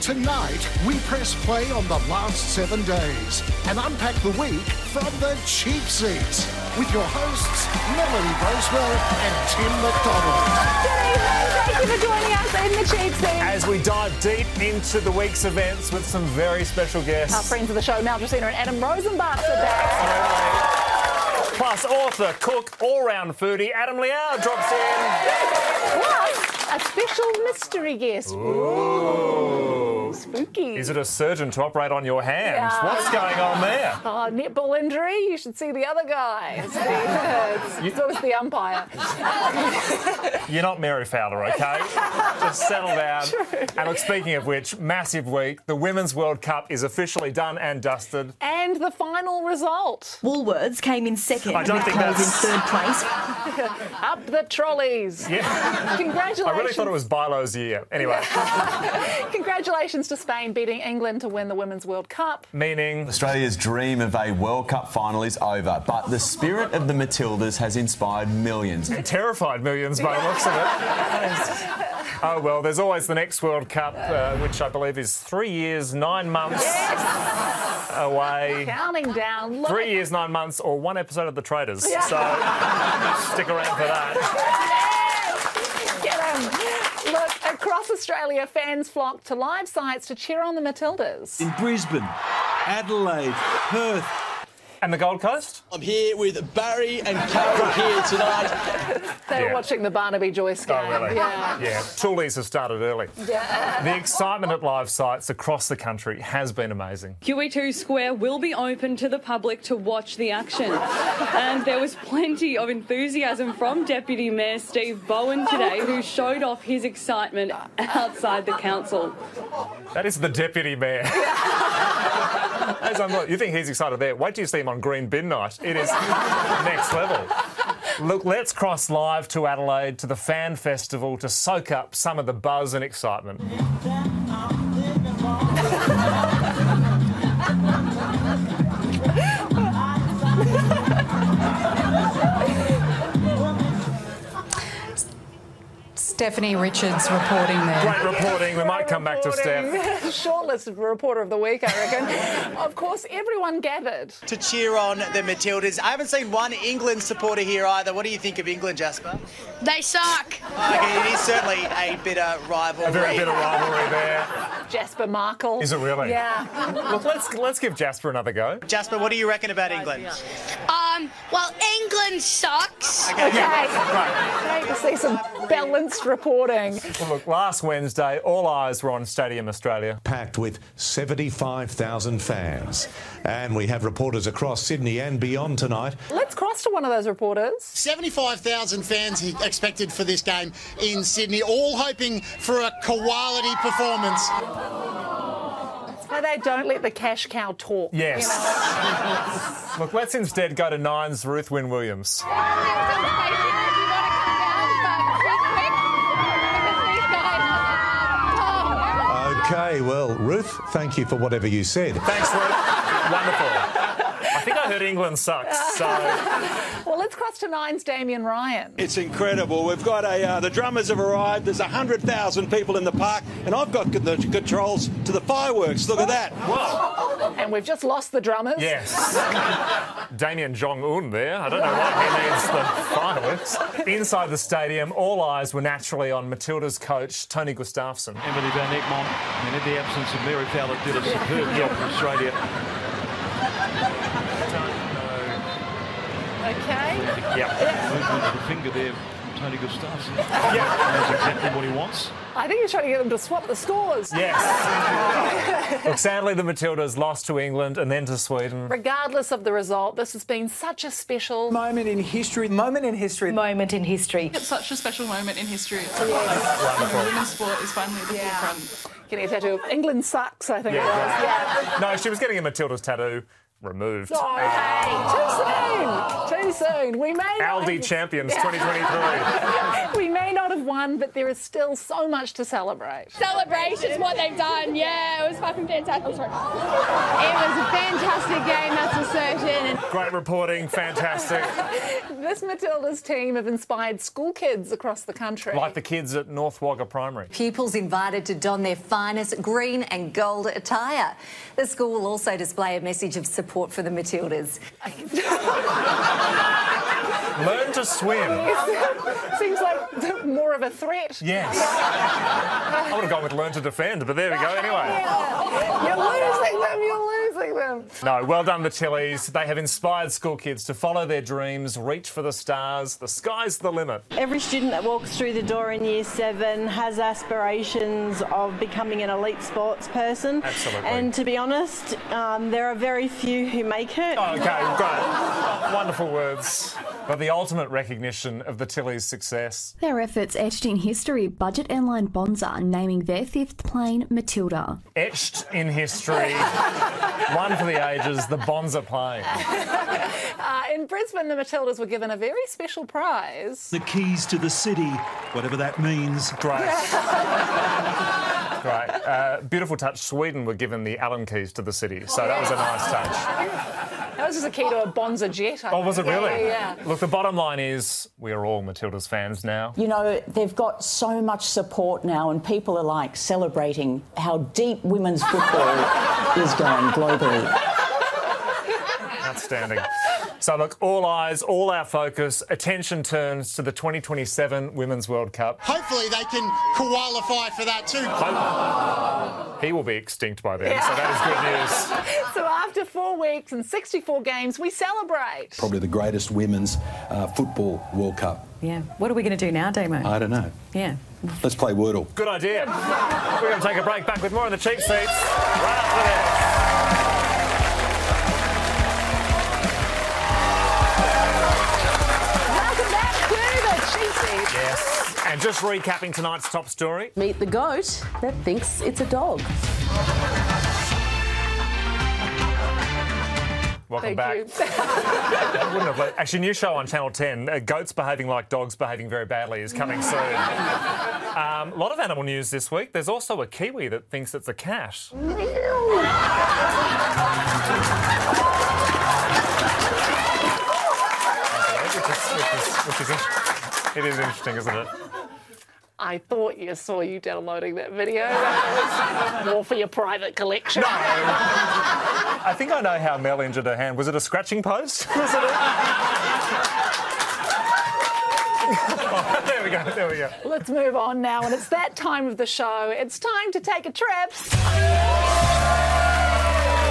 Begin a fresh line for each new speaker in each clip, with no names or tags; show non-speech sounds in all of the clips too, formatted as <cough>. Tonight, we press play on the last seven days and unpack the week from the cheap seats with your hosts, Melanie Broswell and Tim
Good evening.
McDonald.
Thank you for joining us in the cheap seat.
as we dive deep into the week's events with some very special
Our
guests.
friends of the show, Mal Dracena and Adam Rosenbach, are back.
Plus, author, cook, all round foodie Adam Liao drops in.
Plus, a special mystery guest. Ooh, Spooky.
Is it a surgeon to operate on your hand?
Yeah.
What's going on there?
Oh, netball injury. You should see the other guy.
<laughs>
It's the, it's, so is the umpire.
You're not Mary Fowler, okay? Just settle
<laughs>
down. And look, speaking of which, massive week. The Women's World Cup is officially done and dusted.
And the final result.
Woolworths came in second.
I don't
with
think
Coles
that's-
in third place.
<laughs> Up the trolleys.
Yeah,
Congratulations.
I really thought it was Bilo's year. Anyway,
Congratulations to Spain beating England to win the Women's World Cup.
meaning
Australia's dream of a World Cup final is over, but the spirit of the Matildas has inspired millions.
terrified millions by the looks of it. Oh well, there's always the next World Cup, uh, which I believe is three years, nine months away.
Counting down. Look
Three years, nine months, or one episode of The Traders. So stick around for that.
<laughs> Get 'em. Look, across Australia, fans flocked to live sites to cheer on the Matildas.
in Brisbane, Adelaide, Perth,
And the Gold Coast?
I'm here with Barry and Carol here tonight.
They were
Yeah.
watching the Barnaby Joyce game.
Oh, really?
Yeah.
Yeah. Toolies have started early. The excitement at live sites across the country has been amazing.
QE2 E Square will be open to the public to watch the action. And there was plenty of enthusiasm from Deputy Mayor Steve Bowen today, who showed off his excitement outside the council.
That is the deputy mayor. <laughs> As I'm like, you think he's excited there? Wait till you see him on Green Bin Night. It is next level. Look, let's cross live to Adelaide to the fan festival to soak up some of the buzz and excitement.
Oh,
Stephanie Richards reporting there.
Great reporting. We might come back to Steph.
<laughs> Shortlisted for Reporter of the Week, I reckon. of course, everyone gathered.
To cheer on the Matildas. I haven't seen one England supporter here either. What do you think of England, Jasper?
They suck.
Okay, it is certainly a bitter rivalry.
A very bit of rivalry there.
Jasper Markle.
Is it really?
Yeah.
Look, let's let's give Jasper another go.
Jasper, what do you reckon about England?
Um, well, England sucks.
Okay. Great to see some balanced reporting.
Well, look, last Wednesday, all eyes were on Stadium Australia.
packed with 75,000 fans. And we have reporters across Sydney and beyond tonight.
Let's cross to one of those reporters.
75,000 fans he- expected for this game in Sydney, all hoping for a quality performance.
So they don't let the cash cow talk.
Yes. Look, let's instead go to Nine's Ruth Wynne Williams.
Uh,
Okay, well, Ruth, thank you for whatever you said.
Thanks, Luke. Wonderful. I think I heard England sucks, so
Well, let's cross to Nine's Damien Ryan.
It's incredible. We've got a uh, the drummers have arrived. There's hundred thousand people in the park, and I've got the controls to the fireworks. Look at that.
<laughs> And we've just lost the drummers.
yes. Damien Jong Un there. I don't know why he needs the fireworks. Inside the stadium, all eyes were naturally on Matilda's coach, Tony Gustafsson.
Emily Van Egmond, and in the absence of Mary Fowler, did a superb job for Australia.
Okay.
<laughs> Yeah.
Movement of the finger there from Tony Gustafsson.
Yeah.
That's exactly what he wants.
I think he's trying to get them to swap the scores.
Yes. Look, sadly, the Matildas lost to England and then to Sweden.
Regardless of the result, this has been such a special
Moment in history. Moment in history.
Moment in history.
Such a special moment in history.
Wonderful.
Sport is finally at the
Yeah.
forefront.
Getting a tattoo. of England sucks, I think
Yeah,
it was. Yeah.
No, she was getting a Matilda's tattoo removed.
Oh, hey, too soon. Too soon. We may not
Aldi
have-
champions 2023.
we may not have won, but there is still so much to celebrate.
Celebrations, what they've done. Yeah, it was fucking fantastic. I'm sorry. It was a fantastic game, that's for certain.
Great reporting, fantastic.
<laughs> This Matilda's team have inspired school kids across the country.
like the kids at North Wagga Primary.
Pupils invited to don their finest green and gold attire. The school will also display a message of support for the Matildas.
Learn to swim.
<laughs> Seems like more of a threat.
Yes. I would have gone with learn to defend, but there we go anyway.
<laughs> You're losing them, you're losing them.
No, well done, the Chili's. They have inspired school kids to follow their dreams, reach for the stars. The sky's the limit.
Every student that walks through the door in year seven has aspirations of becoming an elite sports person.
Absolutely.
And to be honest, um, there are very few who make it.
Okay, great. Wonderful words. But the ultimate recognition of the Tilly's success.
Their efforts etched in history, budget airline Bonza naming their fifth plane Matilda.
Etched in history. One for the ages, the Bonza plane.
Uh, in Brisbane, the Matildas were given a very special prize.
The keys to the city, whatever that means.
Great. <laughs> Right. Uh, beautiful touch. Sweden were given the Allen keys to the city, so that was a nice touch.
That was just a key to a Bonza jet. I
Oh, was it
think.
really?
Yeah, yeah, yeah.
Look, the bottom line is we are all Matilda's fans now.
You know, they've got so much support now, and people are like celebrating how deep women's
<laughs>
football is going globally.
Outstanding. So, look, all eyes, all our focus, attention turns to the 2027 Women's World Cup.
Hopefully, they can qualify for that too.
He will be extinct by then, so that is good news.
So after four weeks and 64 games, we celebrate.
Probably the greatest women's uh, football World Cup.
Yeah. What are we going to do now, Demo?
I don't know.
Yeah.
Let's play Wordle.
Good idea. We're going to take a break back with more on the cheap seats. Right after this.
Welcome back to the Cheap Seats.
Yes. And just recapping tonight's top story.
Meet the goat that thinks it's a dog.
Welcome <laughs> back. I wouldn't have let- Actually, new show on Channel 10, uh, Goats Behaving Like Dogs Behaving Very Badly, is coming soon. Um, a lot of animal news this week. There's also a Kiwi that thinks it's a cat. Which is, which is, which is in- it is interesting, isn't it?
I thought you saw you downloading that video. That was more for your private collection.
I think I know how Mel injured her hand. Was it a scratching post? <laughs> Was it a... there we go, there we go.
Let's move on now, and it's that time of the show. It's time to take a trip.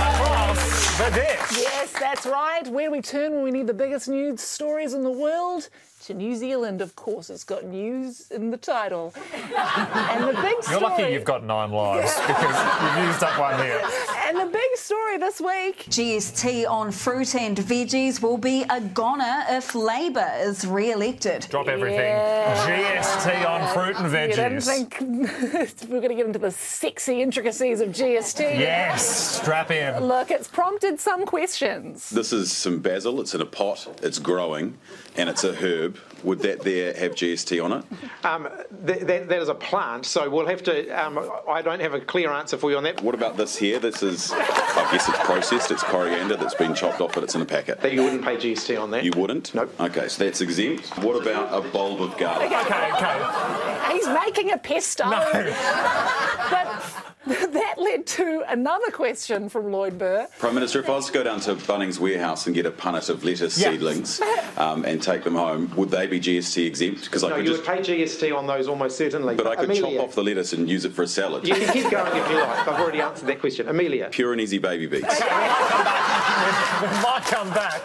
Across the ditch.
Yes, that's right. Where we turn when we need the biggest news stories in the world. To New Zealand, of course, it's got news in the title. <laughs> and the big
You're
story.
lucky you've got nine lives because you've used up one here.
And the big story this week.
GST on fruit and veggies will be a goner if Labor is re elected.
Drop everything. GST on fruit and
You didn't
veggies.
think <laughs> we are going to get into the sexy intricacies of GST.
Yes, strap in.
Look, it's prompted some questions.
This is some basil. It's in a pot. It's growing, and it's a herb. Would that there have GST on it?
Um, th- th- that is a plant, so we'll have to. Um, I don't have a clear answer for you on that.
What about this here? This is, I guess, it's processed. It's coriander that's been chopped off, but it's in a packet.
That you wouldn't pay GST on that.
You wouldn't? Nope. Okay, so that's exempt. What about a bulb of garlic?
Okay, okay.
He's making a pesto. but that led to another question from Lloyd Burr.
Prime Minister, if I was to go down to Bunnings Warehouse and get a punnet of lettuce
Yeah.
seedlings um, and take them home, would they be GST exempt? Because
No,
I could
you
just,
would pay GST on those almost certainly.
but I could
Amelia,
chop off the lettuce and use it for a salad.
You can keep going if you like. I've already answered that question. Amelia.
Pure and easy baby beats.
We <laughs> might come back.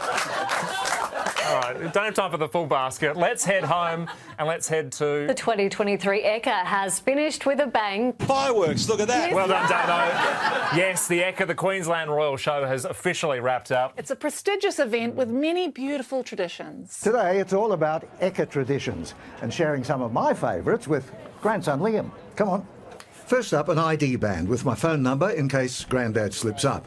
All right, don't have time for the full basket. Let's head home and let's head
The
to.
2023 ECA has finished with a bang.
Fireworks, look at that.
Well done, Dano. Yes, the Echo, the Queensland Royal Show has officially wrapped up.
It's a prestigious event with many beautiful traditions.
Today, it's all about Eka traditions and sharing some of my favourites with grandson Liam. Come on. First up, an ID band with my phone number in case Grandad slips up.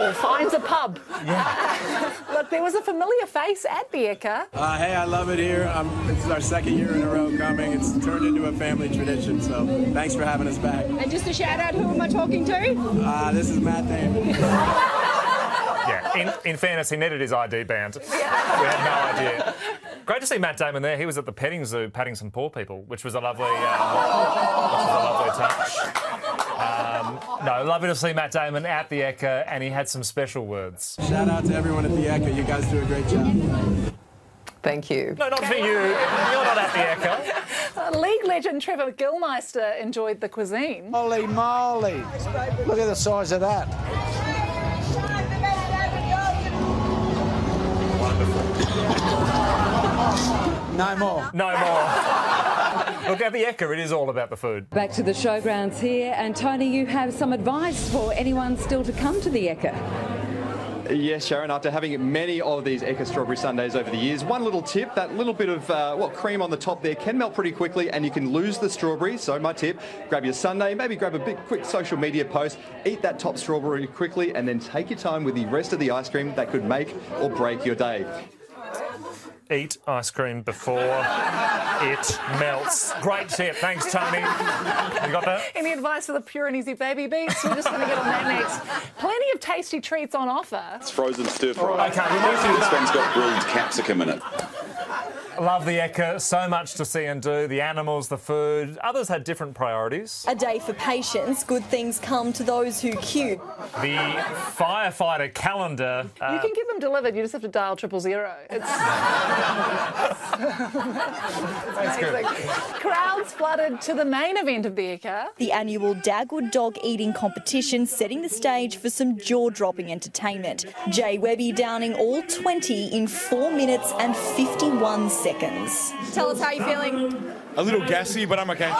or finds a pub. Look, Look, there was a familiar face at Bieka.
Uh, hey, I love it here. Um, this is our second year in a row coming. It's turned into a family tradition, so thanks for having us back.
And just a shout out, who am I talking to?
Uh, this is Matt Damon.
<laughs> Yeah, in, in fairness, he needed his ID band. We had no idea. Great to see Matt Damon there. He was at the petting zoo patting some poor people, which was a lovely, um, which was a lovely touch. Um, no, lovely to see Matt Damon at the Ecker, and he had some special words.
Shout out to everyone at the Echo. You guys do a great job.
Thank you.
No, not for you. You're not at the Ecker.
Uh, League legend Trevor Gilmeister enjoyed the cuisine.
Holy moly! Look at the size of that.
No more. <laughs> No more. Look, at the Ecker, it is all about the food.
Back to the showgrounds here, and Tony, you have some advice for anyone still to come to the Ecker.
Yes, Sharon, after having many of these Eka strawberry sundaes over the years, one little tip that little bit of uh, well, cream on the top there can melt pretty quickly and you can lose the strawberry. So, my tip grab your sundae, maybe grab a big, quick social media post, eat that top strawberry quickly, and then take your time with the rest of the ice cream that could make or break your day.
Eat ice cream before it melts. Great tip. Thanks, Tony. You got that?
Any advice for the pure and easy baby beats? We're just going to get on that next. Plenty of tasty treats on offer.
It's frozen stir fry.
Okay, we might do
This
that.
one's got grilled capsicum in it.
Love the Ecker. So much to see and do. The animals, the food. Others had different priorities.
A day for patience. Good things come to those who queue.
The firefighter calendar.
you
uh,
can get them delivered. You just have to dial triple zero. It's,
That's
it's amazing. Crowds flooded to the main event of the Ecker.
The annual Dagwood dog eating competition setting the stage for some jaw dropping entertainment. Jay Webby downing all 20 in 4 minutes and 51 seconds.
Tell us how you're feeling.
A little gassy, but I'm okay.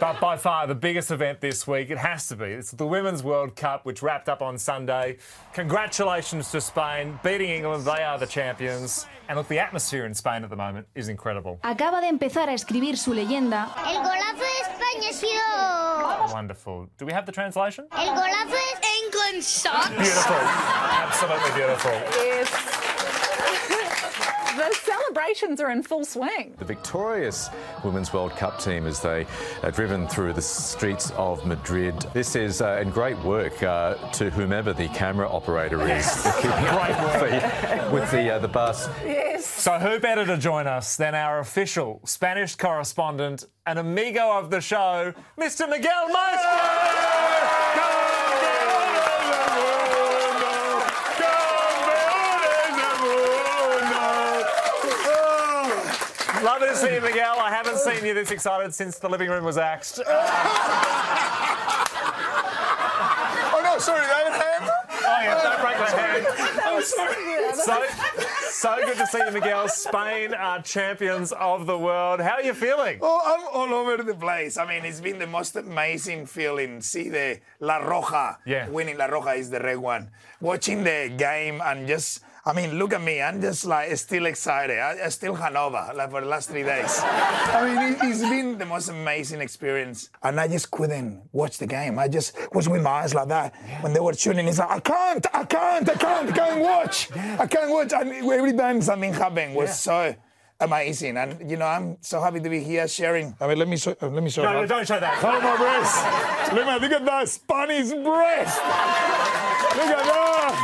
But by far the biggest event this week, it has to be. It's the Women's World Cup, which wrapped up on Sunday. Congratulations to Spain, beating England. They are the champions. And look, the atmosphere in Spain at the moment is incredible.
Acaba de empezar a escribir su leyenda.
El golazo de España ha sido.
Wonderful. Do we have the translation?
El golazo de England sucks.
Beautiful. Absolutely beautiful.
<laughs> The celebrations are in full swing.
The victorious Women's World Cup team as they are driven through the streets of Madrid. This is uh, and great work uh, to whomever the camera operator is <laughs> for keeping up with the, with the, uh, the bus.
Yes.
So, who better to join us than our official Spanish correspondent and amigo of the show, Mr. Miguel Maestro? Love to see you, Miguel. I haven't seen you this excited since the living room was axed.
oh no, sorry, that hand.
Oh yeah, don't break my hand.
<laughs> I'm sorry.
So, so good to see you, Miguel. Spain uh, are champions of the world. How are you feeling?
Oh, I'm all over the place. I mean, it's been the most amazing feeling. See the La Roja.
Yeah.
Winning La Roja is the red one. Watching the game and just, I mean, look at me. I'm just like still excited. I, I still hungover like for the last three
<laughs>
days. I mean, it, it's been the most amazing experience. And I just couldn't watch the game. I just was with my eyes like that when they were shooting. It's like I can't, I can't, I can't, I can't watch. I can't watch. And every time something happened was so. Amazing, and you know I'm so happy to be here sharing. I mean, let me show. uh, Let me show.
No, no, don't show that.
Hold my breast. Look at look at that Spanish breast. look at that.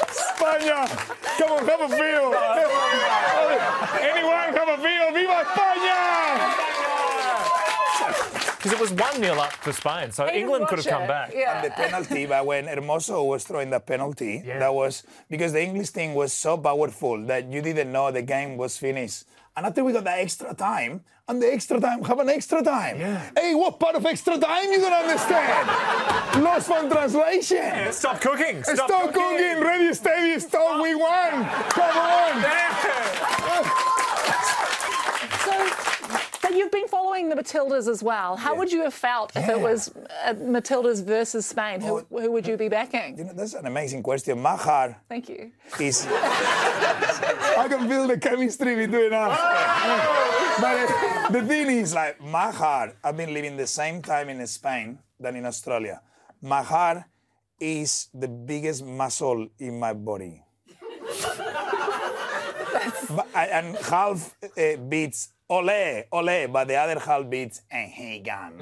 España. Come on, have a feel. <laughs> Anyone have a feel? Viva España!
Because it was 1 0 up to Spain, so
I didn't
England could
watch
have come
it,
back.
And the penalty, but when Hermoso was throwing the penalty, that was because the English thing was so powerful that you didn't know the game was finished. And after we got the extra time, and the extra time, have an extra time. Hey, what part of extra time you don't understand? Lost from translation.
Yeah, stop cooking. Stop,
Stop, cooking. Ready, steady, stop. We won. Come on.
So, but you've been following the Matildas as well. How would you have felt if it was uh, Matildas versus Spain? Who, who would you be backing?
Oh. You know, that's an amazing question. My heart
Thank you.
is. <laughs> I can feel the chemistry between us. but uh, the thing is, like, my heart, I've been living the same time in Spain than in Australia. My heart is the biggest muscle in my body. But, and half uh, beats ole, ole, but the other half beats eh, and he gone. <laughs>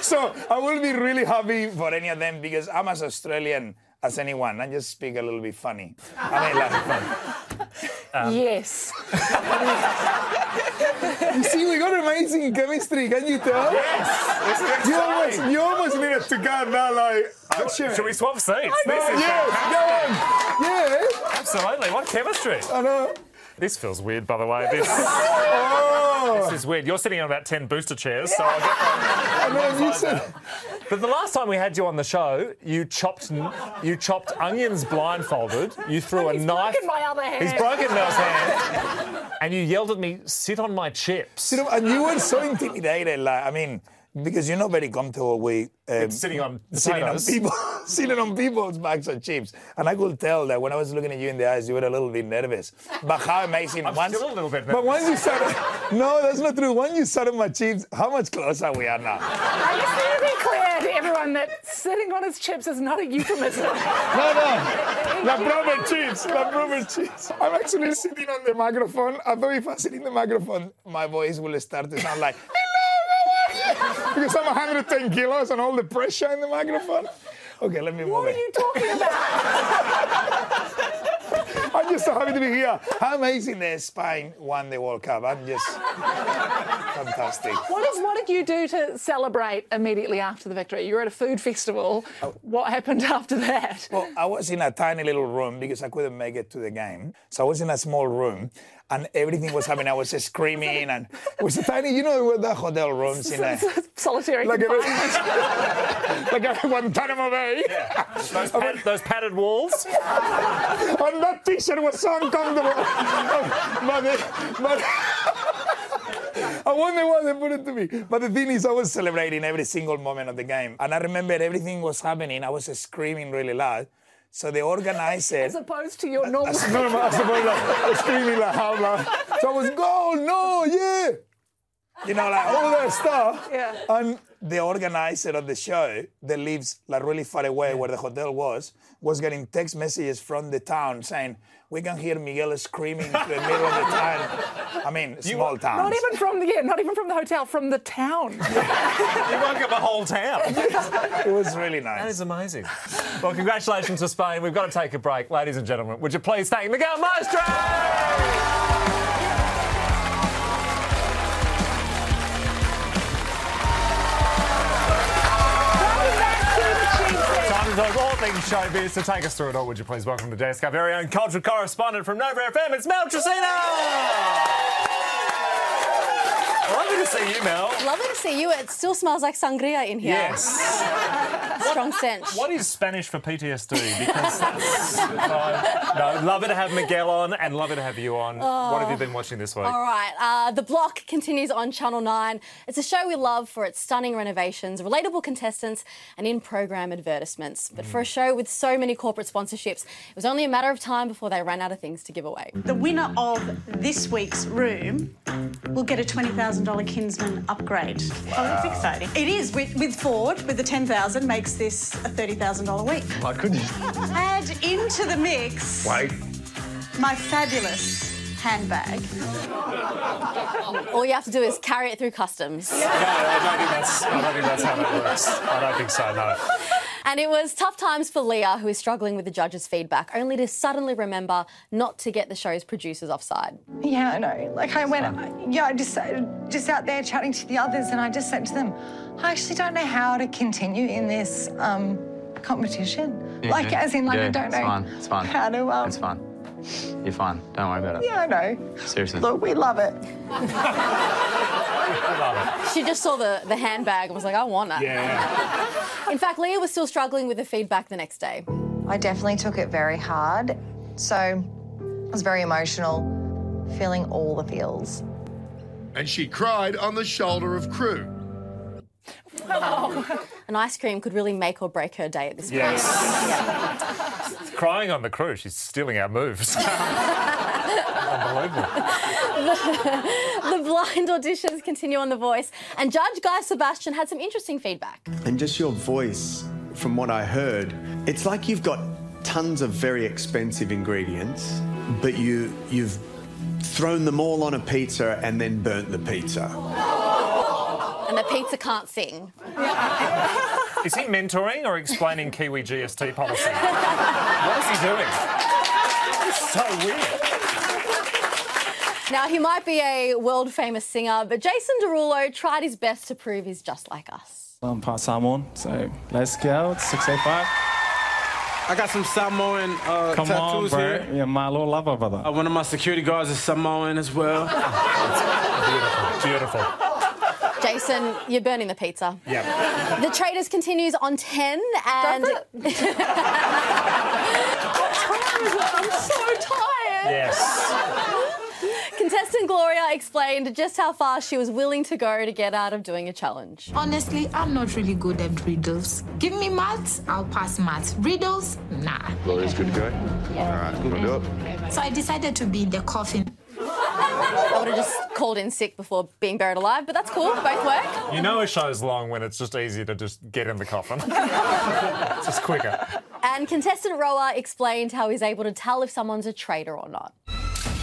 so I will be really happy for any of them because I'm as Australian as anyone. I just speak a little bit funny. I mean, like,
um. Yes.
<laughs> you see, we got amazing chemistry. Can you tell?
Yes.
You almost, you almost needed to go now, like.
Oh, Should we swap seats? I
this know. is yes. Go on. Yeah.
Absolutely. What chemistry?
I know.
This feels weird, by the way. This. oh. This is weird. You're sitting on about ten booster chairs, so I'll get. I
mean, you said...
But the last time we had you on the show, you chopped you chopped onions blindfolded. You threw
He's
a knife.
Broken my other hand.
He's broken Mel's
<laughs>
hand. And you yelled at me, "Sit on my chips."
You know, and you were so intimidated. Like, I mean, because you're not very comfortable with
um, sitting on
<laughs> sitting on
potatoes.
people, sitting on people's bags of chips. And I could tell that when I was looking at you in the eyes, you were a little bit nervous. But how amazing!
I'm
once,
still a little bit
But once you started, <laughs> no, that's not true. Once you started my chips, how much closer we
<laughs>
are now?
I just need to be clear to everyone that sitting on his chips is not a euphemism.
No,
<laughs>
no. La proper chips, la proper chips. <laughs> I'm actually sitting on the microphone. I thought if I sit in the microphone, my voice will start to sound like. because I'm 110 kilos and all the pressure in the microphone. Okay, let me move
What are
it.
you talking about?
<laughs> I'm just so happy to be here. How amazing that Spain won the World Cup. I'm just fantastic.
What, is, what did you do to celebrate immediately after the victory? You were at a food festival.
Oh.
What happened <laughs> after that?
Well, I was in a tiny little room because I couldn't make it to the game. So I was in a small room and everything was happening. I was screaming and it was a tiny, you know, with the hotel rooms
<laughs>
in a.
Solitary.
Like a, <laughs>
confinement.
like a Guantanamo Bay.
Those, pad- those padded
<laughs>
walls.
and that t-shirt was so uncomfortable. <laughs> but, eh. the- but <laughs> I wonder why they put it to me. But the thing is, I was celebrating every single moment of the game, and I remember everything was happening. I was screaming really loud. So the
<laughs>
organizer
As opposed to your normal.
that's normal. I suppose like,
<laughs>
I was screaming like how loud. So I was goal, no, yeah. You know, like all that stuff.
Yeah.
And the organizer of the show that lives like really far away where the hotel was, was getting text messages from the town saying, we can hear Miguel screaming in the middle of the town. I mean, small town.
Not even from the yeah, not even from the hotel, from the town.
You woke up a whole town.
It was really nice.
That is amazing. Well, congratulations to Spain. We've got to take a break. Ladies and gentlemen, would you please thank Miguel Maestro? Time to talk all things showbiz. To take us through it all, would you please welcome to the desk our very own cultural correspondent from Nova FM, it's Mel Tresino! Lovely to see you, Mel.
Lovely to see you. It still smells like sangria in here.
Yes.
<laughs> Strong scent.
What is Spanish for PTSD? Because that's, no, love it to have Miguel on and love it to have you on. What have you been watching this week?
All right, uh, The Block continues on Channel 9. It's a show we love for its stunning renovations, relatable contestants, and in program advertisements. But
Mm.
for a show with so many corporate sponsorships, it was only a matter of time before they ran out of things to give away.
The winner of this week's room will get a $20,000 Kinsman upgrade. Oh, that's exciting. It is, with, with Ford, with the 10,000, makes this a $30,000 week.
My goodness.
<laughs> Add into the mix
Wait.
my fabulous handbag.
All you have to do is carry it through customs.
No, I don't think that's, I don't think that's how that works. I don't think so, no.
And it was tough times for Leah, who is struggling with the judges' feedback, only to suddenly remember not to get the show's producers offside.
Yeah, I know. Like I went, yeah, I just uh, just out there chatting to the others, and I just said to them, I actually don't know how to continue in this um, competition.
Yeah,
like,
yeah.
as in, like,
Yeah,
I don't
it's
know
fine, it's fine.
how to. Um,
It's fine. You're fine. Don't worry about it.
Yeah, I know.
Seriously.
Look, we love it.
She just saw the, the handbag and was like, I want that. In fact, Leah was still struggling with the feedback the next day.
I definitely took it very hard. So I was very emotional, feeling all the feels.
And she cried on the shoulder of crew.
An ice cream could really make or break her day at this
Yes.
point.
Crying on the cruise, she's stealing our moves. <laughs> Unbelievable.
<laughs> the, the blind auditions continue on The Voice, and Judge Guy Sebastian had some interesting feedback.
And just your voice, from what I heard, it's like you've got
tons of very expensive ingredients, but you you've thrown them all on a pizza and then burnt the pizza.
And the pizza can't sing.
Is he mentoring or explaining Kiwi GST policy? what is he doing? It's so weird.
Now, he might be a world famous singer, but Jason Derulo tried his best to prove he's just like us.
I'm part Samoan, so let's go. It's oh 685.
I got some Samoan uh,
Come on,
tattoos
bro.
here.
Yeah, my little lover, brother.
Uh, one of my security guards is Samoan as
<laughs>
well.
beautiful, beautiful.
Jason, you're burning the pizza.
Yeah.
The Traders continues on 10 and. <laughs> I'm so tired. Contestant Gloria explained just how far she was willing to go to get out of doing a challenge.
Honestly, I'm not really good at riddles. Give me maths, I'll pass maths. Riddles, nah.
Gloria's good to go. All right, we'll do it.
So I decided to be in the coffin.
I would have just called in sick before being buried alive, but that's cool. Both work.
You know a show's long when it's just easier to just get in the coffin. <laughs> it's just quicker.
And contestant Roa explained how he's able to tell if someone's a traitor or not.
<laughs>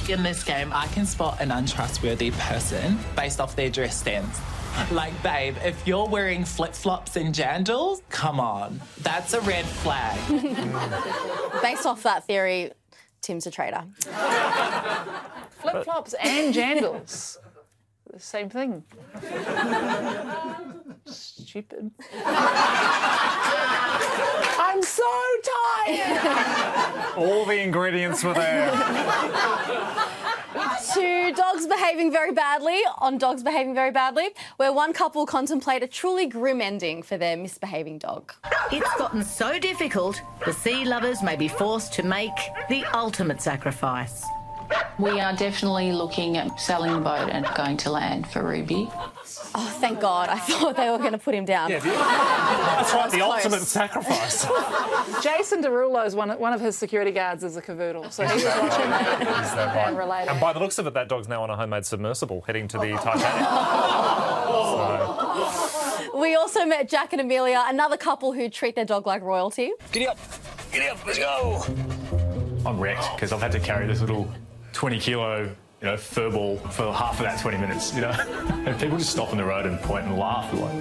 In this game, I can spot an untrustworthy person based off their dress sense. Like, babe, if you're wearing flip flops and jandals, come on, that's a red flag.
Based off that theory, Tim's a traitor.
Flip flops and jandals. <laughs> the same thing. Stupid. I'm so tired.
All the ingredients were there.
to dogs behaving very badly on dogs behaving very badly where one couple contemplate a truly grim ending for their misbehaving dog
It's gotten so difficult, the sea lovers may be forced to make the ultimate sacrifice.
We are definitely looking at selling the boat and going to land for Ruby.
oh thank god i thought they were going to put him down
That's right, the
Close.
ultimate sacrifice.
<laughs> Jason Derulo's one, one of his security guards is a cavoodle, so he's watching that and related.
And by the looks of it, that dog's now on a homemade submersible heading to the Titanic.
we also met jack and amelia another couple who treat their dog like royalty
Giddy up! Giddy up! Let's go! I'm wrecked because I've had to carry this little 20 kilo, you know, fur ball for half of that 20 minutes, you know. <laughs> And people just stop on the road and point and laugh. They're like,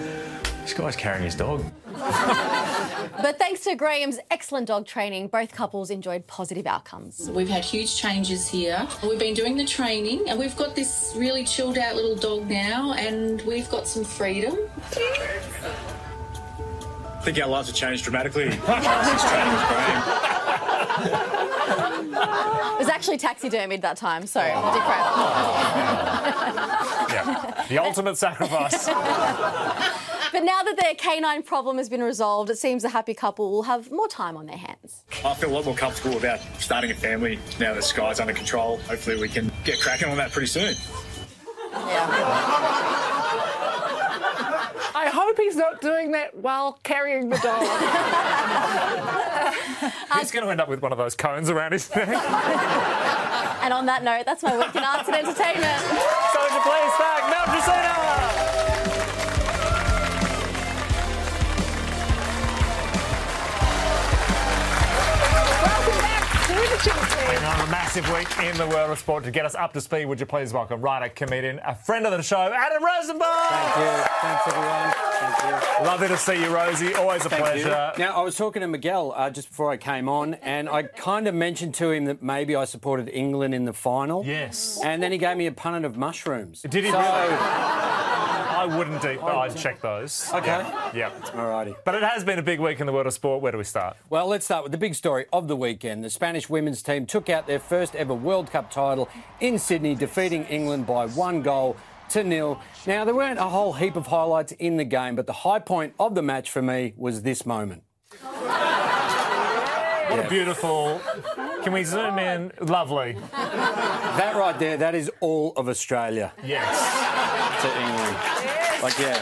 this guy's carrying his dog.
but thanks to graham's excellent dog training both couples enjoyed positive outcomes
We've had huge changes here. We've been doing the training and we've got this really chilled out little dog now and we've got some freedom.
I think our lives have changed
<laughs>
dramatically.
it was actually taxidermied that time so different
yeah. The ultimate sacrifice.
But now that their canine problem has been resolved, it seems the happy couple will have more time on their hands.
I feel a lot more comfortable about starting a family now that Sky's under control. Hopefully, we can get cracking on that pretty soon.
I hope he's not doing that while carrying the dog.
He's going to end up with one of those cones around his neck.
And on that note, that's my week in arts and entertainment.
Soldier, please thank Mel Dracena. Been on a massive week in the world of sport. To get us up to speed, would you please welcome writer, comedian, a friend of the show, <laughs> Adam Rosenbaum. Thank
you. Thanks, everyone. Thank you.
Lovely to see you, Rosie. Always a
Thank you.
pleasure.
Now, I was talking to Miguel uh, just before I came on, and I kind of mentioned to him that maybe I supported England in the final. Yes. And then he gave me a punnet of mushrooms.
Did he
So-
really? I wouldn't do. Oh, I'd check those.
Okay.
Yeah. yeah.
Alrighty.
But it has been a big week in the world of sport. Where do we start?
Well, let's start with the big story of the weekend. The Spanish women's team took out their first ever World Cup title in Sydney, defeating England by one goal to nil. Now, there weren't a whole heap of highlights in the game, but the high point of the match for me was this moment.
What a beautiful. <laughs> Can we zoom in? Lovely.
That right there, that is all of Australia
Yes.
to England. Like, yeah.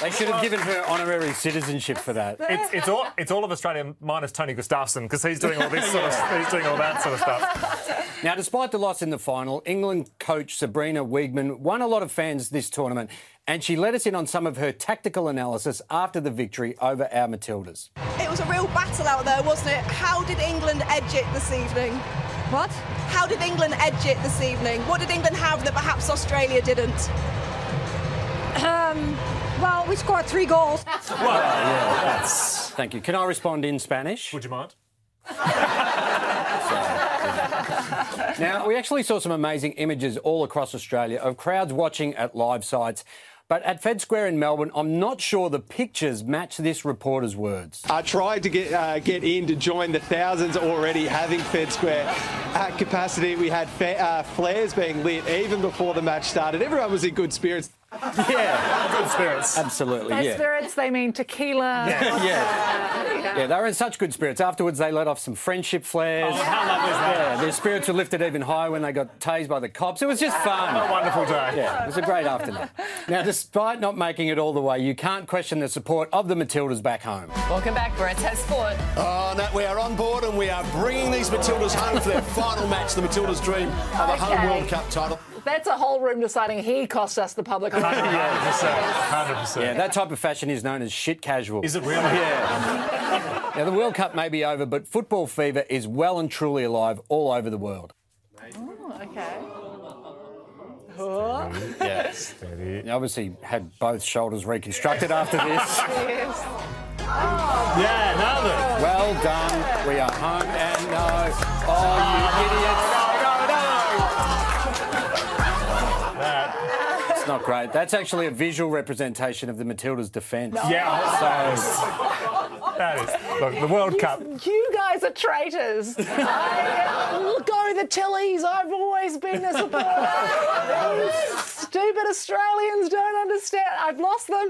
They should have given her honorary citizenship for that.
It's, it's
<laughs>
all it's all of Australia minus Tony Gustafsson because he's doing all this sort of he's doing all that sort of stuff.
Now, despite the loss in the final, England coach Sabrina Wiegman won a lot of fans this tournament, and she let us in on some of her tactical analysis after the victory over our Matildas.
It was a real battle out there, wasn't it? How did England edge it this evening? What? How did England edge it this evening? What did England have that perhaps Australia didn't?
Um, well, we scored three goals.
Thank you. Can I respond in Spanish? Would
you mind?
Now, we actually saw some amazing images all across Australia of crowds watching at live sites. But at Fed Square in Melbourne, I'm not sure the pictures match this reporter's words.
I tried to get uh, get in to join the thousands already having Fed Square at capacity. We had fa- uh, flares being lit even before the match started. Everyone was in good spirits.
Yeah, good spirits. Absolutely,
By
yeah.
spirits, they mean tequila.
Yeah. Yeah, they were in such good spirits. Afterwards, they let off some friendship flares. how lovely is that? Yeah, their spirits were lifted even higher when they got tased by the cops. It was just fun.
A wonderful day.
Yeah, it was a great afternoon. Now, despite not making it all the way, you can't question the support of the Matildas back home.
Welcome back, Brett. Has sport.
Oh, Nat, we are on board and we are bringing these Matildas home
<laughs>
for their final match, the Matildas' dream of a home
Okay.
World Cup title.
That's a whole room deciding he cost us
<laughs>
the public. yeah,
Yeah, that type of fashion is known as shit casual. Is
it really?
Yeah. now, the World Cup may be over, but football fever is well and truly alive all over the world.
okay. Oh.
Um,
<laughs> Yes. They obviously had both shoulders reconstructed
<laughs>
after
<laughs>
this.
Yes.
Yeah, another. Well done. We are home and no. Oh, you idiots. It's not great. That's actually a visual representation of the Matildas' defence.
Yeah.
So,
That is. Look, the World Cup.
You guys are traitors. I, will go the Tillies. I've always been a supporter. <laughs> These Stupid Australians don't understand. I've lost them.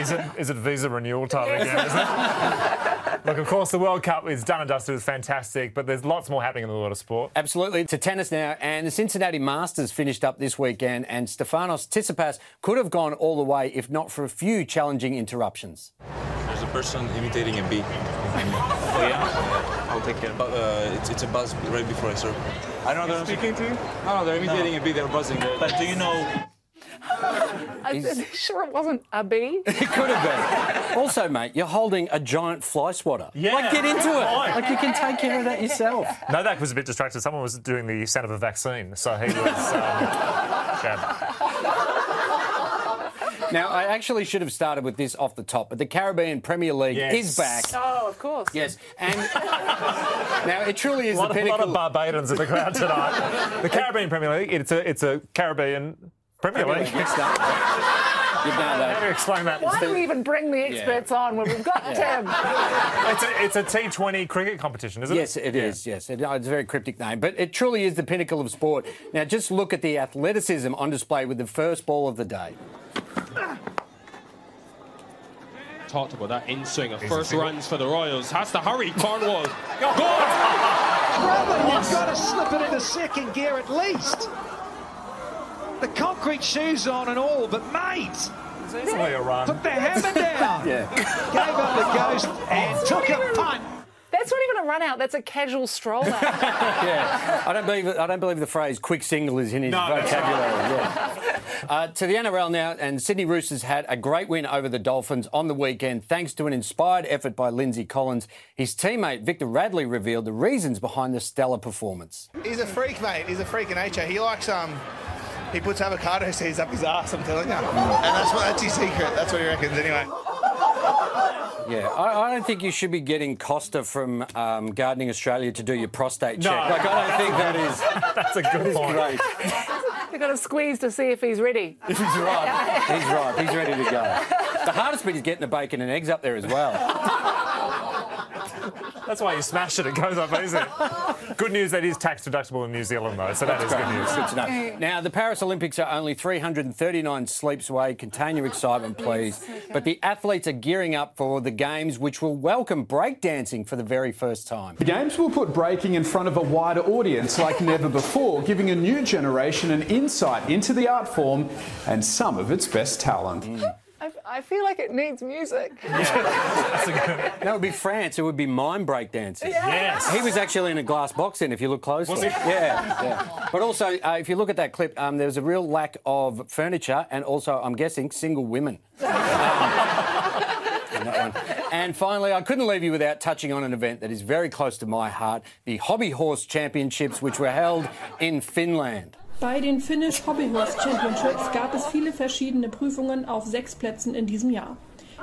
Is it, is it visa renewal time again? Isn't
<laughs>
it? Look, of course, the World Cup is done and dusted. It's fantastic, but there's lots more happening in the world of sport.
absolutely. To tennis now, and the Cincinnati Masters finished up this weekend, and Stefanos Tsitsipas could have gone all the way if not for a few challenging interruptions.
There's a person imitating a bee. oh yeah? I'll take care. But uh, it's, it's a buzz right before I serve. I don't know. They're speaking to you? No, no, they're imitating a bee. They're buzzing. But do you know?
I'm sure it wasn't
<laughs>
a bee.
Could have been. also, mate, you're holding a giant fly swatter. Yeah. Like, get into it.
Fine.
Like, you can take care of that yourself.
Novak was a bit distracted. Someone was doing the sound of a vaccine, so he was. Um, <laughs> yeah.
Now, I actually should have started with this off the top, but the Caribbean Premier League is back.
Oh, of course.
Yes, and now it truly is
a lot,
the pinnacle.
a lot of Barbadians in the
<laughs>
crowd tonight. the Caribbean Premier League. It's a it's a Caribbean Premier
Premier League,
League.
mixed up. You've done that.
How do you explain that?
Why do we even bring the experts on when we've got
Yeah.
Tim?
It's a, it's a T20 cricket competition, isn't
Yes,
it?
it is. Yes, It- uh, it's a very cryptic name, but it truly is the pinnacle of sport. Now, just look at the athleticism on display with the first ball of the day.
Talked about that in swinger.
Is it
First
single?
runs for the Royals. Has to hurry. Cornwall.
Brother, you've got to slip it into second gear at least. The concrete shoes on and all, but mate.
It's only a run.
Put the hammer down. Gave up the ghost and took a punt.
That's not even a run out. That's a casual
<laughs>
stroll out.
yeah, I don't believe I don't believe the phrase "quick single" is in his vocabulary. yeah. Uh, to the NRL now, and Sydney Roosters had a great win over the Dolphins on the weekend, thanks to an inspired effort by Lindsay Collins. His teammate Victor Radley revealed the reasons behind the stellar performance.
He's a freak, mate. He's a freak in nature. He likes um, he puts avocado seeds up his ass. I'm telling you, and that's what that's his secret. That's what he reckons, anyway.
Yeah, I, I don't think you should be getting Costa from um, Gardening Australia to do your prostate check. Like, I don't think that is.
<laughs> That's a good point.
Great.
You've got to squeeze to see if he's ready.
He's right. He's right. He's ready to
<laughs>
go. The hardest bit is getting the bacon and eggs up there as well.
That's why you smash it, it goes up easy. good news, that is tax deductible in New Zealand, though, so that is
Great.
good news.
Good to know. Now, the Paris Olympics are only 339 sleeps away. Contain your excitement, please. But the athletes are gearing up for the games, which will welcome breakdancing for the very first time.
The Games will put breaking in front of a wider audience like never before, giving a new
Mm.
generation an insight into the art form and some of its best talent.
I've, I feel like it needs music.
That would be France. It would be mime breakdancing.
Yeah. Yes.
He was actually in a glass box in, if you look closely.
Was he?
Yeah. yeah. But also, uh, if you look at that clip, um, there was a real lack of furniture and also, I'm guessing, single women. Um, <laughs> in that one. And finally, I couldn't leave you without touching on an event that is very close to my heart the Hobby Horse Championships, which were held in Finland.
Bei den Finnish Hobby Horse Championships gab es viele verschiedene Prüfungen auf sechs Plätzen in diesem Jahr.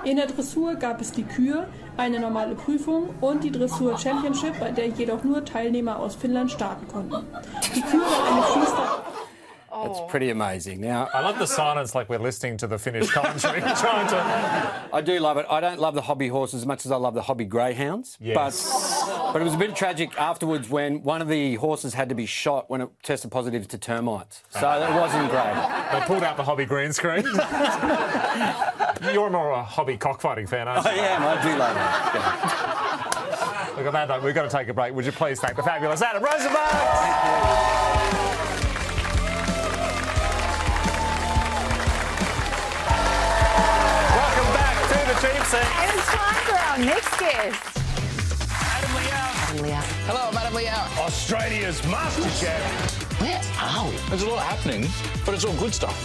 In der Dressur gab es die Kür, eine normale Prüfung und die Dressur Championship, bei der jedoch nur Teilnehmer aus Finnland starten konnten. Die Kür war eine Freestyle.
That's pretty amazing. Now,
I love the silence, like we're listening to the Finnish commentary, trying to.
I do love it. I don't love the hobby horses as much as I love the hobby greyhounds. But, but it was a bit tragic afterwards when one of the horses had to be shot when it tested positive to termites. So that wasn't great.
They pulled out the hobby green screen. <laughs> You're more a hobby cockfighting fan, aren't you?
I am. I do love it.
Look, on that note, we've got to take a break. Would you please thank the fabulous Adam Rosenberg? Welcome back to the Cheap Seat.
And it's time for our next guest.
Adam Liao. Hello, I'm Adam Liao. Australia's Master Chef. Where are we? There's a lot happening, but it's all good stuff.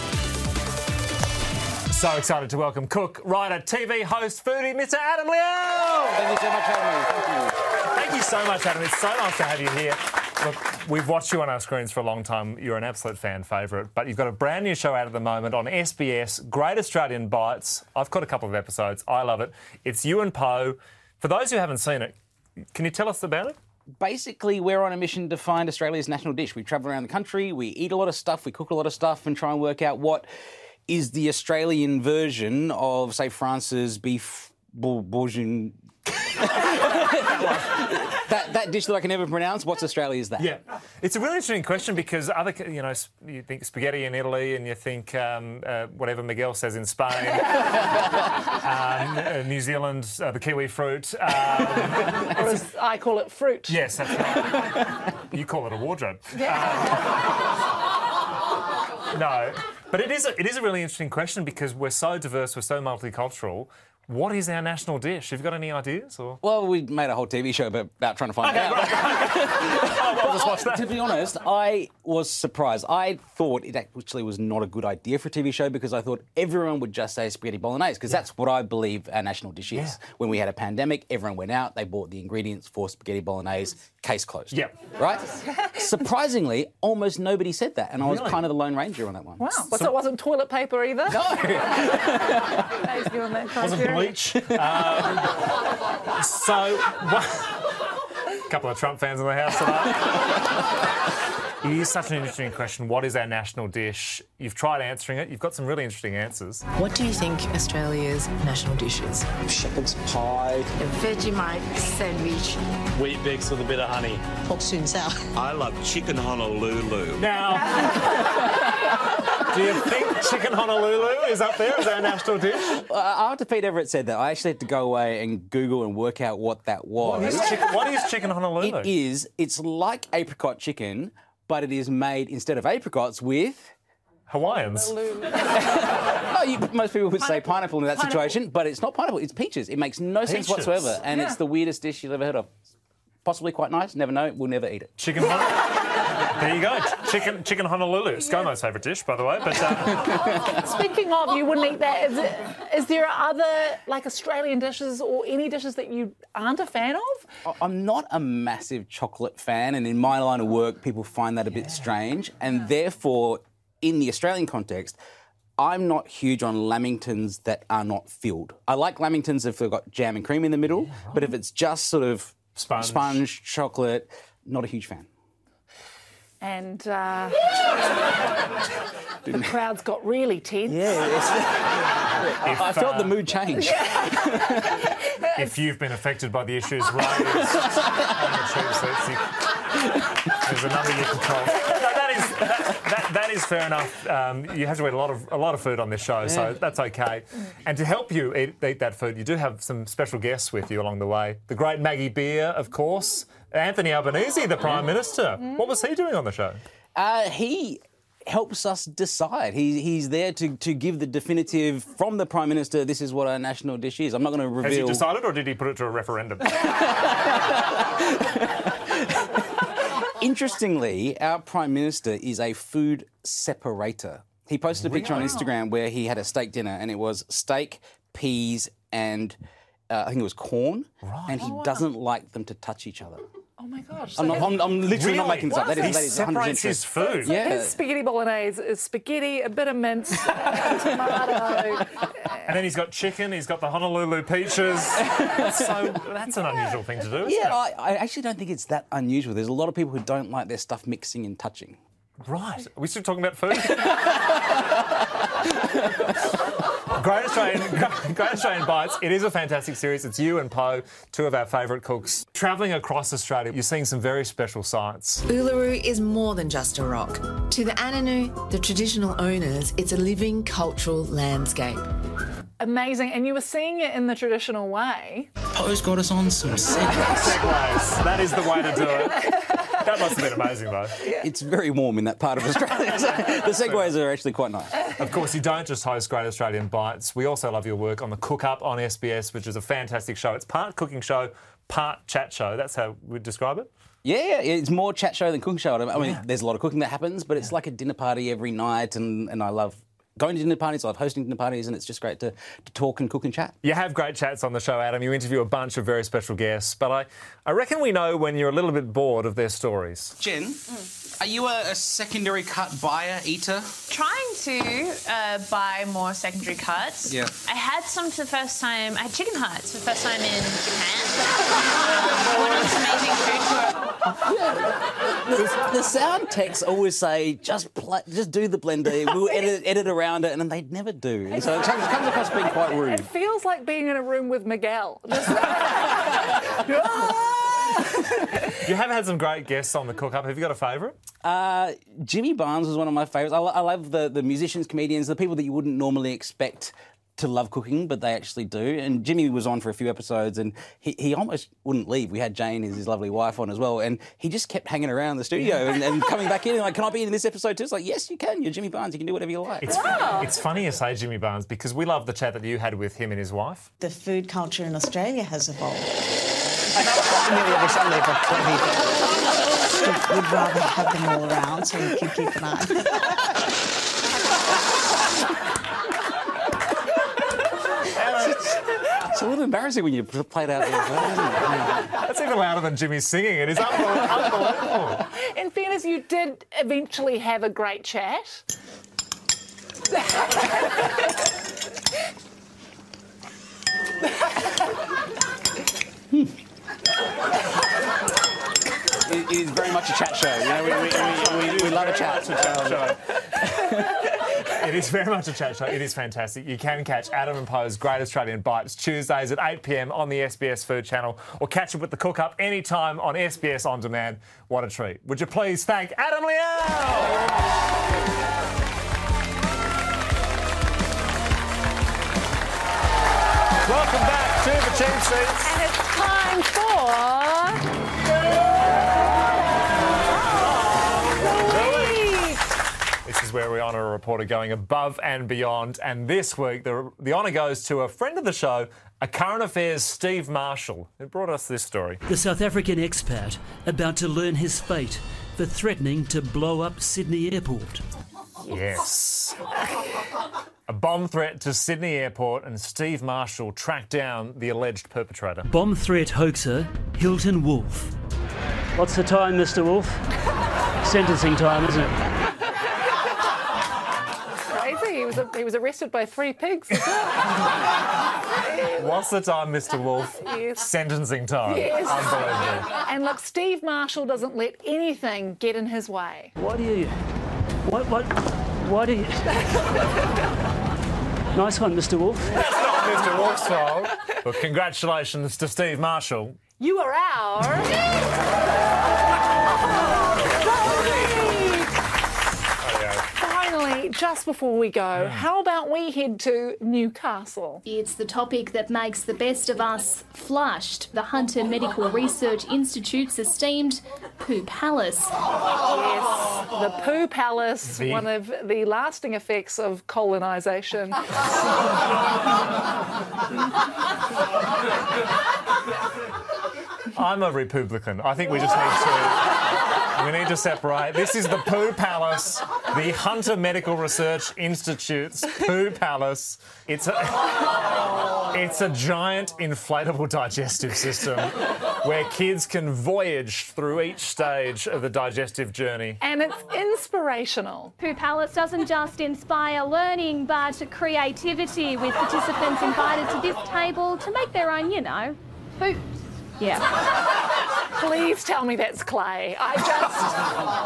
So excited to welcome cook, writer, TV host, foodie, Mr. Adam Liao. Thank you so much for having me. Thank you. Thank you so much, Adam. It's so nice to have you here. Look, we've watched you on our screens for a long time. You're an absolute fan favourite, but you've got a brand new show out at the moment on SBS, Great Australian Bites. I've caught a couple of episodes. I love it. It's you and Poe. For those who haven't seen it, can you tell us about it?
Basically, we're on a mission to find Australia's national dish. We travel around the country, we eat a lot of stuff, we cook a lot of stuff, and try and work out what is the Australian version of, say, France's beef bour- bourguignon. that, that dish that I can never pronounce. What's Australia's that?
Yeah, it's a really interesting question because other, c- you know, s- you think spaghetti in Italy, and you think um, uh, whatever Miguel says
<laughs>
in Spain, um, uh, New Zealand, uh, the kiwi fruit.
<laughs>
Um,
Or as I call it fruit. <laughs>
yes, that's right. You call it a wardrobe. No, but it is a, it is a really interesting question because we're so diverse, we're so multicultural. What is our national dish? Have you got any ideas? Or
Well, we made a whole TV show about, about trying to find out. But I- To be honest, I was surprised. I thought it actually was not a good idea for a TV show because I thought everyone would just say spaghetti bolognese because that's what I believe our national dish is.
Yeah.
When we had a pandemic, everyone went out, they bought the ingredients for spaghetti bolognese, case closed.
Yep.
Right? Surprisingly, almost nobody said that, and I was
Really?
kind of the Lone Ranger on that one.
Wow. But so it wasn't toilet paper either? <laughs> No.
wasn't bleach. Um, so, a couple of Trump fans in the house tonight. It is such an interesting question. What is our national dish? You've tried answering it. You've got some really interesting answers.
What do you think Australia's national dish is? Shepherd's pie. A Vegemite sandwich.
Wheat bix with a bit of honey.
Pork soon sour.
I love chicken Honolulu.
Now, do you think chicken Honolulu is up there as our national
<laughs>
dish?
Uh, after Pete Everett said that, I actually had to go away and Google and work out what that was.
What is chicken- what is chicken Honolulu?
It is. It's like apricot chicken, but it is made instead of apricots with.
Hawaiians.
<laughs> no, you, most people would say pineapple in that
Pineapple.
situation, but it's not pineapple. It's peaches. It makes no sense
Peaches.
whatsoever, and
Yeah.
it's the weirdest dish you've ever heard of. Possibly quite nice. Never know. We'll never eat it.
<laughs> Chicken. There you go. Chicken, chicken Honolulu. ScoMo's favourite dish, by the way. But uh,
Speaking of, you wouldn't eat that. Is, it, is there other like Australian dishes or any dishes that you aren't a fan of?
I- I'm not a massive chocolate fan, and in my line of work, people find that a bit strange. And therefore, in the Australian context, I'm not huge on lamingtons that are not filled. I like lamingtons if they've got jam and cream in the middle, but if it's just sort of
sponge,
chocolate, not a huge fan.
And
<laughs>
uh, the crowd's got really tense.
Yeah,
If,
I felt
uh,
the mood change. <laughs>
if you've been affected by the issues raised on the tube seats, you- there's a number you can call. No, that is that, that is fair enough. Um, you have to eat a lot of a lot of food on this show, so
Yeah.
that's okay. And to help you eat, eat that food, you do have some special guests with you along the way. The great Maggie Beer, of course. Anthony Albanese, the Prime Minister. What was he doing on the show?
Uh, he helps us decide. He, he's there to, to give the definitive from the Prime Minister, this is what our national dish is. I'm not going to reveal.
Has he decided, or did he put it to a referendum?
Interestingly, our Prime Minister is a food separator. He posted a picture on Instagram where he had a steak dinner and it was steak, peas, and uh, I think it was corn. And
Oh,
he doesn't like them to touch each other.
Oh my gosh.
I'm, not, I'm, I'm literally not making this up. That is, that is 100% true. Yeah.
His spaghetti bolognese is spaghetti, a bit of
<laughs>
mince, tomato.
and then he's got chicken. He's got the Honolulu
<laughs>
peaches. so that's an unusual thing to do. Isn't
yeah,
it?
I, I actually don't think it's that unusual. There's a lot of people who don't like their stuff mixing and touching.
Right. Are we still talking
<laughs>
about food? Great Australian, <laughs> Great Australian Bites. It is a fantastic series. It's you and Poe, two of our favourite cooks. Travelling across Australia, you're seeing some very special sights.
Uluru is more than just a rock. To the Ananu, the traditional owners, it's a living cultural landscape.
Amazing. And you were seeing it in the traditional way.
Poe's got us on some
Segways. That <laughs> is the way to do it. That must have been amazing, though.
It's very warm in that part of Australia. <laughs> so the segways are actually quite nice.
Of course, you don't just host Great Australian Bites. We also love your work on The Cook Up on SBS, which is a fantastic show. It's part cooking show, part chat show. That's how we'd describe it.
Yeah, yeah, it's more chat show than cooking show. I mean, there's a lot of cooking that happens, but it's like a dinner party every night, and, and I love going to dinner parties, I love hosting dinner parties, and it's just great to, to talk and cook and chat.
You have great chats on the show, Adam. You interview a bunch of very special guests, but I, I reckon we know when you're a little bit bored of their stories.
Jen, are you a, a secondary cut buyer, eater?
Trying to uh, buy more secondary cuts.
Yeah.
I had some for the first time. I had chicken hearts for the first time in Japan. One of this amazing food tour.
the, the sound techs always say just pl- just do the blender. We'll edit, edit around it, and they never do. And so it comes, comes across being quite rude.
It feels like being in a room with Miguel. Just- <laughs>
You have had some great guests on The Cook Up. Have you got a favourite?
Uh, Jimmy Barnes was one of my favourites. I, lo- I love the, the musicians, comedians, the people that you wouldn't normally expect to love cooking, but they actually do. And Jimmy was on for a few episodes and he, he almost wouldn't leave. We had Jane, his, his lovely wife, on as well, and he just kept hanging around the studio
<laughs>
and, and coming back in and like, can I be in this episode too? It's like, yes, you can. You're Jimmy Barnes. You can do whatever you like.
It's, it's funny you say Jimmy Barnes because we love the chat that you had with him and his wife.
The food culture in Australia has evolved. Nearly every Sunday for 20. We'd rather have them all around so we can keep an eye.
It's a little embarrassing when you pl- play it out there.
That's even louder than Jimmy singing it. It's unbelievable. unbelievable.
in fairness, you did eventually have a great chat.
It- it is very much a chat show. You know, we, we, we, we, we love a chat.
It is very much a chat show. It is fantastic. You can catch Adam and Poe's Great Australian Bites Tuesdays at 8 pm on the SBS Food Channel or catch up with the cook up anytime on SBS On Demand. What a treat. Would you please thank Adam Liao? Welcome back to the Cheap Seats.
And it's time for.
<laughs>
This is where we honour a reporter going above and beyond. And this week, the, the honour goes to a friend of the show, a current affairs Steve Marshall, who brought us this story.
<laughs> The South African expat about to learn his fate for threatening to blow up Sydney Airport.
Yes. A bomb threat to Sydney Airport, and Steve Marshall tracked down the alleged perpetrator.
Bomb threat hoaxer Hilton Wolf. What's the time, Mr. Wolf? Sentencing time, isn't it?
Crazy. He was, he was arrested by three pigs. <laughs>
What's the time, Mr. Wolf?
Yes.
Sentencing time.
Yes.
Oh, Unbelievable.
<laughs> and look, Steve Marshall doesn't let anything get in his way.
Why do you? What? What? Why do you? nice one, Mr. Wolf.
Not Mr. Wolf's fault. Well, congratulations to Steve Marshall.
<laughs> You are our.
Oh,
Finally, just before we go, how about we head to Newcastle?
It's the topic that makes the best of us flushed. The Hunter Medical Research Institute's esteemed poo palace.
Yes, the poo palace,
The-
one of the lasting effects of colonisation.
I'm a Republican. I think we just need to. We need to separate. This is the Poo Palace, the Hunter Medical Research Institute's Poo Palace. It's a, <laughs> it's a giant inflatable digestive system where kids can voyage through each stage of the digestive journey.
and it's inspirational.
Poo Palace doesn't just inspire learning but creativity with participants invited to this table to make their own, you know, poops.
Yeah. <laughs> Please tell me that's clay. I just,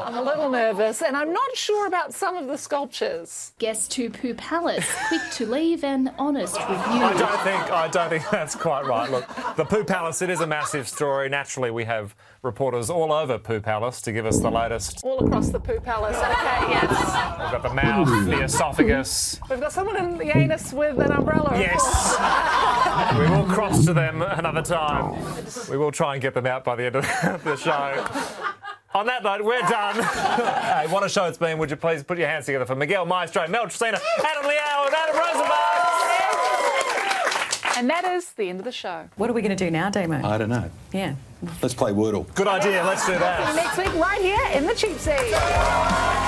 I'm a little nervous and I'm not sure about some of the sculptures.
Guests to Poo Palace, quick to leave and honest with
I don't
you.
think I don't think <laughs> that's quite right. Look, the Poo Palace. It is a massive story. Naturally, we have reporters all over Poo Palace to give us the latest.
All across the Poo Palace. Okay, yes.
We've got the mouth, the esophagus.
We've got someone in the anus with an umbrella. of
Yes.
course.
We
<laughs>
will cross to them another time. We will try and get them out by the end of <laughs> the show. On that note, we're done. hey, what a show it's been. Would you please put your hands together for Miguel Maestro, Mel Tresina, Adam Liao, and Adam
and that is the end of the show.
What are we going to do now, Demo?
I don't know.
Yeah.
Let's play Wordle.
Good idea. Let's do
See you next week right here in the cheap seat.